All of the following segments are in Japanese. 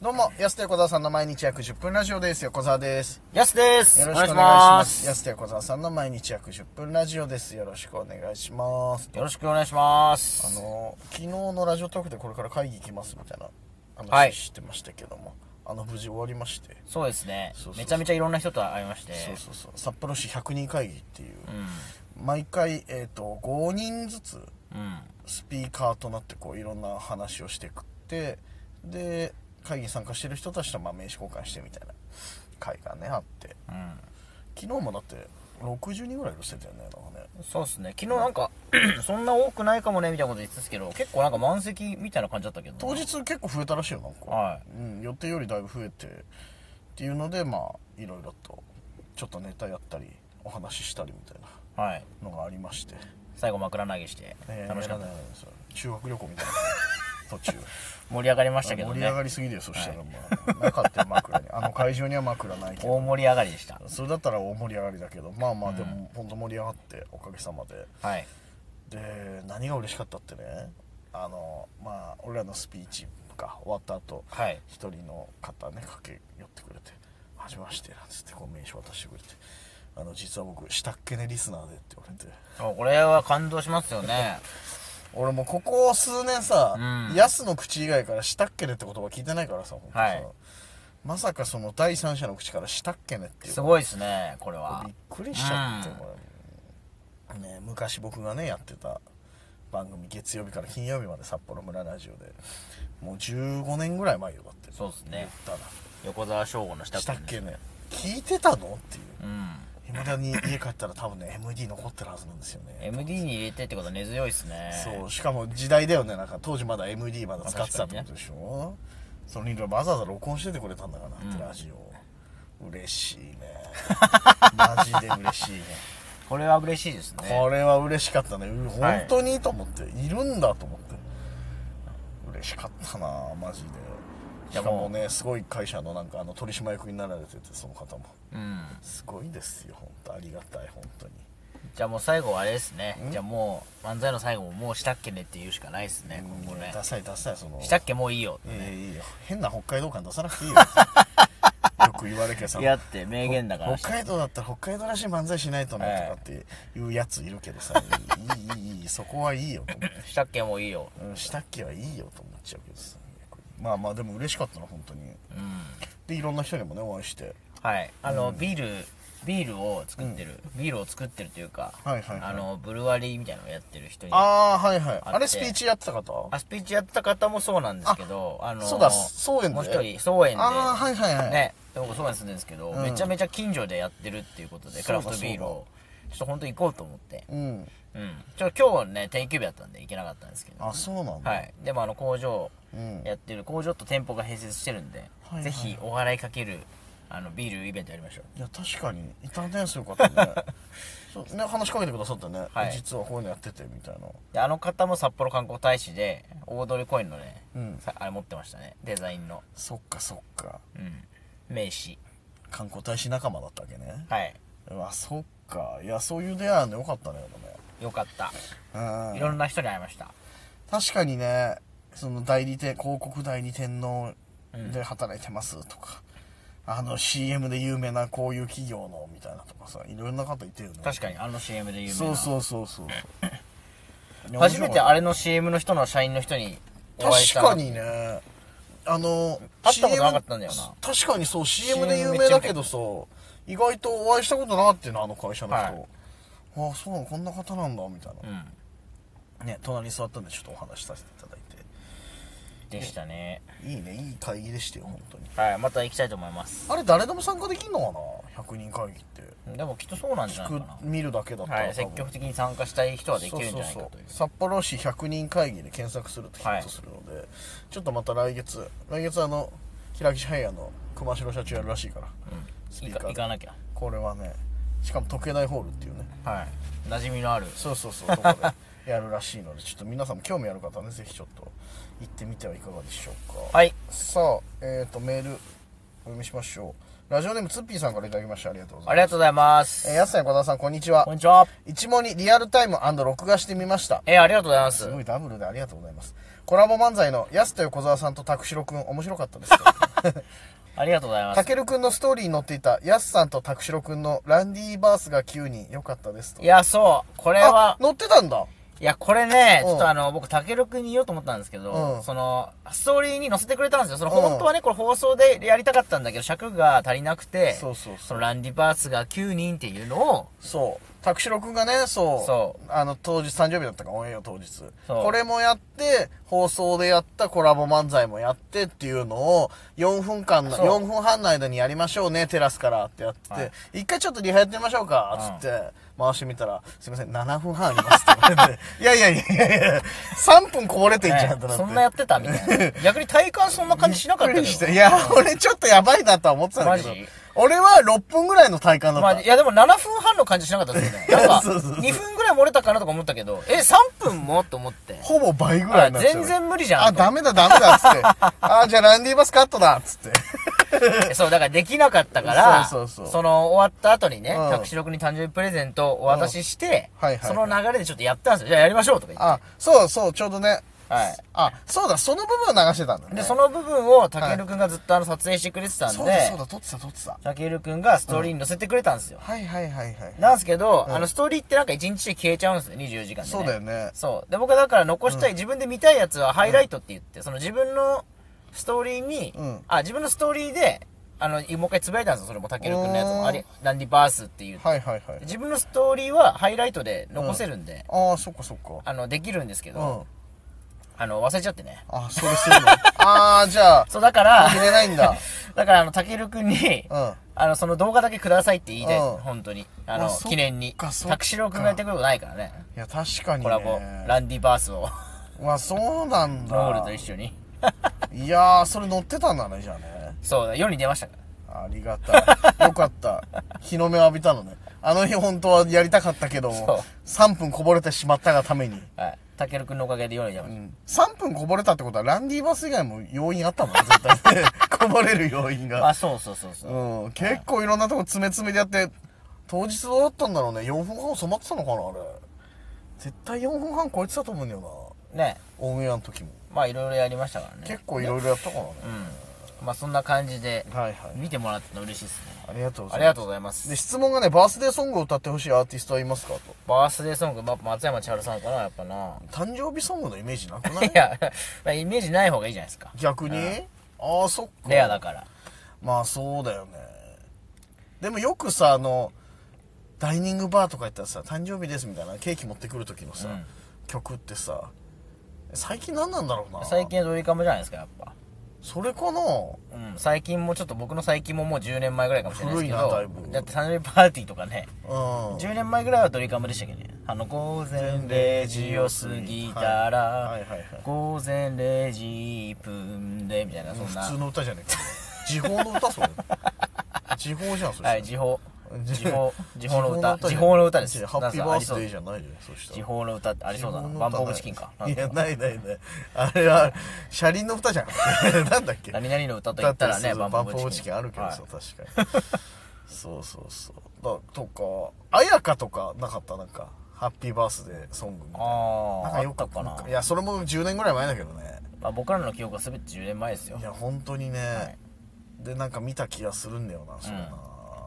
どうも、安手小沢さんの毎日約10分ラジオです。横澤です。やすですよろおし願いくしお願いしま。ますす安手小沢さんの毎日約10分ラジオです。よろしくお願いします。よろしくお願いしまあすの、昨日のラジオトークでこれから会議行きますみたいなは話いしてましたけども、あの、無事終わりまして、そうですねそうそうめちゃめちゃいろんな人と会いましてそうそうそう、札幌市100人会議っていう、う毎回、えっ、と、5人ずつんうんスピーカーとなってこういろんな話をしてくってで会議に参加してる人たちとまあ名刺交換してみたいな会がねあってうん昨日もだって60人ぐらいいるってたよねなんかねそうですね昨日なんか そんな多くないかもねみたいなこと言ってたんですけど結構なんか満席みたいな感じだったけど当日結構増えたらしいよなんか、はうん、予定よりだいぶ増えてっていうのでまあいろいろとちょっとネタやったりお話ししたりみたいなはいのがありまして、最後枕投げしてえー楽しかったやらないですよ修学旅行み たいな途中盛り上がりましたけど盛り上がねりすぎだよそしたら、まあなかったよ枕にあの会場には枕ないけど大盛り上がりでしたそれだったら大盛り上がりだけどまあまあでも本当盛り上がっておかげさまではいで何が嬉しかったってねあのまあ俺らのスピーチが終わった後はい一人の方ね駆け寄ってくれて「はじめまして」なんつってこう名刺渡してくれて「あの実は僕したっけねリスナーで」って言われてそうこれは感動しますよね俺もうここ数年さ、うんヤスの口以外から「したっけね」って言葉聞いてないからさ,、本当さはいまさかその第三者の口から「したっけね」っていうすごいですねこれはびっくりしちゃって、うんこれね昔僕がねやってた番組月曜日から金曜日まで札幌村ラジオでもう15年ぐらい前よだってそうですね言っ横澤翔吾のた下らしたっねけね聞いてたのっていううん未だに家帰ったら多分ね MD 残ってるはずなんですよね MD に入れてってことは根強いですねそうしかも時代だよねなんか当時まだ MD まだ使ってたってことでしょ、それにわざわざ録音しててくれたんだからって、ラジオを嬉しいねマジで嬉しいねこれは嬉しいですねこれは嬉しかったねうはい本当にと思って、い、るんだと思って嬉しかったなマジでいしやかももうねすごい会社のなんかあの取締役になられててその方もうんすごいですよ本当ありがたい本当にじゃあもう最後はあれですねじゃあもう漫才の最後ももうしたっけねって言うしかないですね今後ねダサいダサいそのしたっけもういいよいやいやいいよ変な北海道感出さなくていい よよく言われけどさいやって名言だから北海道だったら北海道らしい漫才しないとねはいとかっていうやついるけどさいいいいいいそこはいいよと思ってしたっけもういいようんしたっけはいいよと思っちゃうけどさまあまあでも嬉しかったな本当にうんでいろんな人にもねお会いしてはいあのビールビールを作ってるビールを作ってるというかはいはいはいあのブルワリーみたいなのをやってる人にああはいはい会ってあれスピーチやってた方アスピーチやってた方もそうなんですけどあのそうだそうやんでもう一人そう園でああはいはいはい、ね、で僕そうなんですけど、うんめちゃめちゃ近所でやってるっていうことで、クラフトビールを、ちょっと本当に行こうと思って。うんうん。ちょ、今日ね、定休日だったんで行けなかったんですけど。あそうなんだ、はい。でもあの工場うんやってる、工場と店舗が併設してるんで、はいはいぜひお笑いかける、あの、ビールイベントやりましょう。いや確かにいたねそういう方 ねそうね話しかけてくださったね、はい実はこういうのやっててみたいなで、あの方も札幌観光大使で、大通りコインのね、うんさあれ持ってましたね。デザインの。そっかそっかうん。名刺。観光大使仲間だったわけねはい。うわそっかいやそういう出会いあるのよかったねよかった。でもねうんいろんな人に会いました。確かにねその代理店広告代理店ので働いてますとか、あの CM で有名なこういう企業のみたいなとかさいろんな方いてるね確かに、あの CM で有名な。そうそうそうそういや 初めてあ面れの CM の人の社員の人にお会いし白たかった確かにねあの会ったことなかったんだよな CM 確かにそう CM で有名だけどさ意外とお会いしたことなかったよなあの会社の人、はいああそうなのこんな方なんだみたいなう、んね隣に座ったんでちょっとお話しさせていただいでしたねていいねいい会議でしたよ本当にはいまた行きたいと思いますあれ誰でも参加できんのかな100人会議ってでもきっとそうなんじゃなくいか見るだけだったなら、は多い分積極的に参加したい人はできるんじゃないそかうとそういうそう札幌市100人会議で検索するとヒットするので、ちょっとまた来月来月あの平木ハイヤーの熊代社長やるらしいから、スピー行かカ行かーなきゃこれはねしかも時計台ホールっていうねはい馴染みのあるそうそう そうとこでやるらしいのでちょっと皆さんも興味ある方はねぜひちょっと行ってみてはいかがでしょうかはいさあ、えー、とメールお読みしましょうラジオネームツッピーさんからいただきましたありがとうござあいりますがとうございますえー、やすさん小田さんこんにちはこんにちは一問にリアルタイム録画してみましたえーありがとうございますす ごいダブルでありがとうございますコラボ漫才のやすと横澤さんと拓郎くん面白かったですありがとうございますたけるくんのストーリーに載っていた、やすさんとたくしろくんのランディーバースが9人、良かったですと。いやそうこれあは、載ってたんだ。いや、これね、うんちょっとあの、僕、たけるくんに言おうと思ったんですけど、うんその、ストーリーに載せてくれたんですよ。その、うん本当はね、これ放送でやりたかったんだけど、尺が足りなくて、そうそうそうそのランディバースが9人っていうの を、そう。拓司郎くんがね、そう。そあの、当日、誕生日だったから、オンエア当日。そうこれもやって、放送でやったコラボ漫才もやってっていうのを、4分間の、そう4分半の間にやりましょうね、テラスからってやってて、はい一回ちょっとリハやってみましょうか、つって、回してみたら、すいません、7分半ありますって言われて、 いやいやいやいや いや、3分こぼれてんじゃんってなっねて。そんなやってたみたいな。逆に体感そんな感じしなかったびよっくりしていや、俺ちょっとやばいなとは思ってたんだけどマジ、俺は6分ぐらいの体感だった。まあ、いやでも7分半の感じしなかっ たですよね。なんか、そうそうそう2分ぐらい漏れたかなとか思ったけど、え、3分もと思って。ほぼ倍ぐらいあになっちゃう。全然無理じゃん。あ、ダメだ、ダメだ、つって。あ、じゃあランディバスカットだ、つって。そう、だからできなかったから、そうそうそうの終わった後にね、うんタクシロ君に誕生日プレゼントをお渡しして、うんはいはいはいその流れでちょっとやったんですよ。じゃあやりましょうとか言っあ、そうそう、ちょうどね。はいあ、そうだ、その部分を流してたんだて。ね。で、その部分をタケル君がずっとあの撮影してくれてたんそでう、だ、そうだ、撮ってた、撮ってた。タケル君がストーリーに載せてくれたんですよ。はいはいはいはい。なんですけど、うんあのストーリーってなんか1日で消えちゃうんですよ、24時間で、ね。そうだよね。そう。で、僕はだから残したい、自分で見たいやつはハイライトって言って、その自分のストーリーに、うんあ、自分のストーリーで、あの、もう一回つぶやいたんですよ、それも、タケル君のやつうーんも。あれ、ランディバースって言って。はいはいはい。自分のストーリーはハイライトで残せるんで、ああ、そっかそっか。あの、できるんですけうど、ん。あの、忘れちゃってね。あ、それするの。ああ、じゃあ、そう、だから、入れないんだ。 だから、あの、たけるくんに、うんあの、その動画だけくださいって言いたいです、うん本当に。ああの、そっか記念に。そっかたくしろうくんがやってくることないからね。いや、確かにコラボ、ね。ランディバースを、まあ、そうなんロールだと。一緒に。いやー、それ乗ってたんだね、じゃあね。そう、世に出ましたから。ありがたい。よかった。日の目を浴びたのね。あの日本当はやりたかったけどそう、 3分こぼれてしまったがために。はい。たけるくんのおかげで世に出ました。 3分こぼれたってことは、ランディバス以外も要因あったもんね、絶対ね。こぼれる要因が。あ、そうそうそうそう。うん。結構いろんなとこ詰め詰めでやって、当日どうだったんだろうね。4分半染まってたのかな、あれ。絶対4分半超えてたと思うんだよね。な。オンエアの時も。まあ、いろいろやりましたからね。結構いろいろやったからね。うん。まあ、そんな感じで、はいはい。見てもらったの嬉しいですね。ありがとうござあいりまがとうございますす。。で、質問がね、バースデーソングを歌ってほしいアーティストはいますかと。バースデーソング、ま、松山千春さんかな、やっぱな。誕生日ソングのイメージなく ないいや、まあイメージない方がいいじゃないですか。逆にああそっかレアだから。まあそうだよねでもよくさあのダイニングバーとか行ったらさ誕生日ですみたいなケーキ持ってくる時のさ、うん曲ってさ最近何なんだろうな最近ドリカムじゃないですか、やっぱ。それかなうん、最近もちょっと僕の最近ももう10年前ぐらいかもしれないですけど。古いなだいぶって誕生日パーティーとかね、うん10年前ぐらいはドリカムでしたっけどね。あの、午前0時を過ぎたら、はいはいはいはい午前0時1分で、みたいな、そんな。普通の歌じゃねえか時報の 歌それ時報じゃんそしたら。はい、時報。時報 時報の歌。じゃ時ん報の歌です。ハッピーなんかあバーりスそうデーじゃないじゃんそしたら時報の歌ってありそうだな。自分のバン歌ポーブチキンか。いや、ないないない。あれは、車輪の歌じゃん。なん だっけ何々の歌と言ったらね、ババンンポポーブーブチチキキンンあるけどさ、確 かに。そうそうそう。だとか、あやかとかなかったなんか、ハッピーバースデーソングみたいな。あなんあ、かあよっくたかな。いや、それも10年ぐらい前だけどね。まあ、僕らの記憶は全て10年前ですよい。や、本当にね。はいで、なんか見た気がするんだよな、そう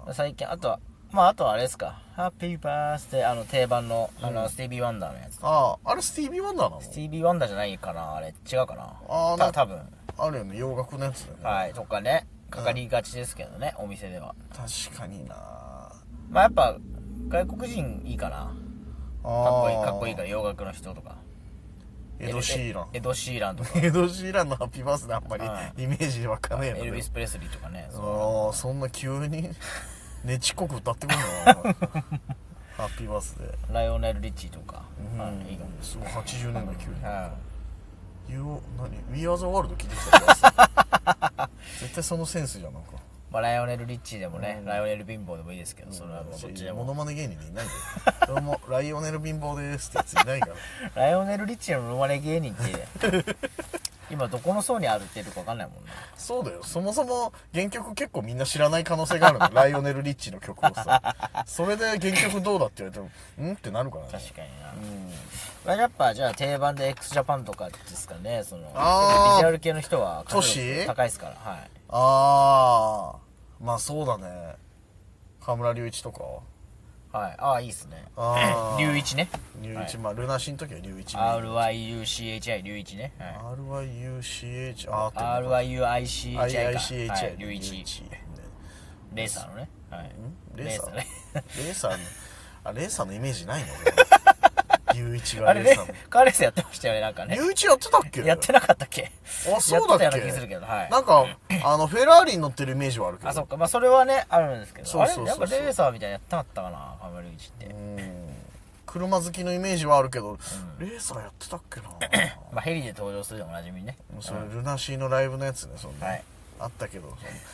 な。最近、あとは、まあ、あとはあれですか。ハッピーバースデー、あの、定番の、あの、スティービー・ワンダーのやつ。ああ、あれスティービー・ワンダーなのスティービー・ワンダーじゃないかな、あれ。違うかな。あーなた多分あるよね、洋楽のやつだよね。はい、とかね、かかりがちですけどね、お店では。確かになかまあ、やっぱ、外国人いいかっな。かっこいい、かっこいいから、洋楽の人とか。エド・シーランエド・シー ランとか。エド・シーランのハッピーバースデーあんまはりイメージ湧かねえエなルビス・プレスリーとかね。そうああそんな急に ねちっこく歌 ってくるのハッピーバースデーライオネル・リッチーとか。うあんいいかもすごい80年代急には You 何 We are the world 聞いてきたからさ絶対そのセンスじゃんなんかいまあ、ライオネル・リッチーでもね、ライオネル・貧乏でもいいですけど、それはもうどっちでモも。ノマネ芸人でいないんだよどうもライオネル貧乏ですってやついない からライオネル・リッチーのモノマネ芸 人って、今どこの層にあるってるかわかんないもんね。そうだよそもそも原曲結構みんな知らない可能性があるのライオネル・リッチの曲をさそれで原曲どうだって言われてもうんってなるからね確かにな。まあ、やっぱ、じゃあ定番で x ジャパンとかですかね、その、ビジあーュアル系の人は、都市高いですから、はい。ああまあそうだね河村隆一とかはいああいいっすねあー 龍一ね隆一、はまあルナシーの時は隆一 RYUCHI 龍一ね、はい RYUCH あー合ってるのか RYUICHI か IICHI はい、龍龍一一レーサーのね、はい、レーサーねレーサーのあレーサーのイメージ ないの龍一があれレーねサーのカーレースやってましたよねなんかね龍一やってたっけやってなかったっけあそうだっけやってたような気するけどはいなんかあのフェラーリに乗ってるイメージはあるけどあそっかまあそれはねあるんですけどそうそうそうそうあれなんかレーサーみたいなのやってなかったかなカメルチって、車好きのイメージはあるけど、レーサーやってたっけなまあヘリで登場するでおなじみねそれルナシーのライブのやつねそんな、はいあったけど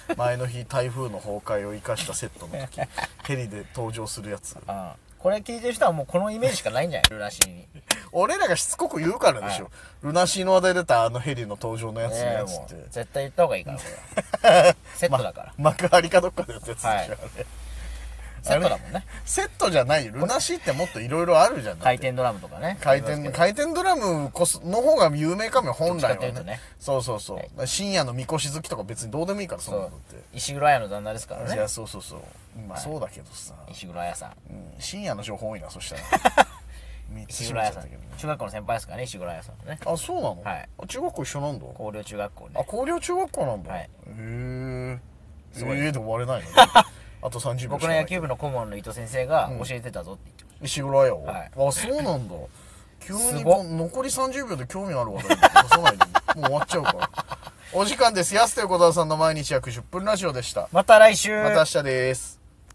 その前の日台風の崩壊を生かしたセットの 時ヘリで登場するやつあこれ聞いてる人はもうこのイメージしかないんじゃないルナシーに俺らがしつこく言うからでしょ、ルナシーの話題出たあのヘリの登場のやつのねえやつっもて、う絶対言った方がいいからこれはセットだから、幕張かどっかでやったやつでしょ、はいあれセットだもんねセットじゃないよルナシーってもっといろいろあるじゃんだ回って転ドラムとかね回転回転ドラムこその方が有名かもよ本来どっちかってはいうねとねそうそうそう、深夜のみこし好きとか別にどうでもいいからそんそなのっうて石黒屋の旦那ですからいやねそうそうそうまあそうだけどさ、石黒屋さんうん深夜の情報多いなそしたら 三つ石閉めちゃ黒屋っさたんけどね中学校の先輩ですからね石黒屋さんねあそうなの、はいあ中学校一緒なんだ高陵中学校あね高陵中学校なんだ、はいへええすごいで終われ ないの、ね、あと30秒し僕かのない野球部の顧問の伊藤先生が教えてたぞって言ってまし石黒屋を、はいあそうなんだ急にすこごっ残り30秒で興味ある話題出さないでもう終わっちゃう からお時間です安手小沢さんの毎日約10分ラジオでしたたまた来週また明日です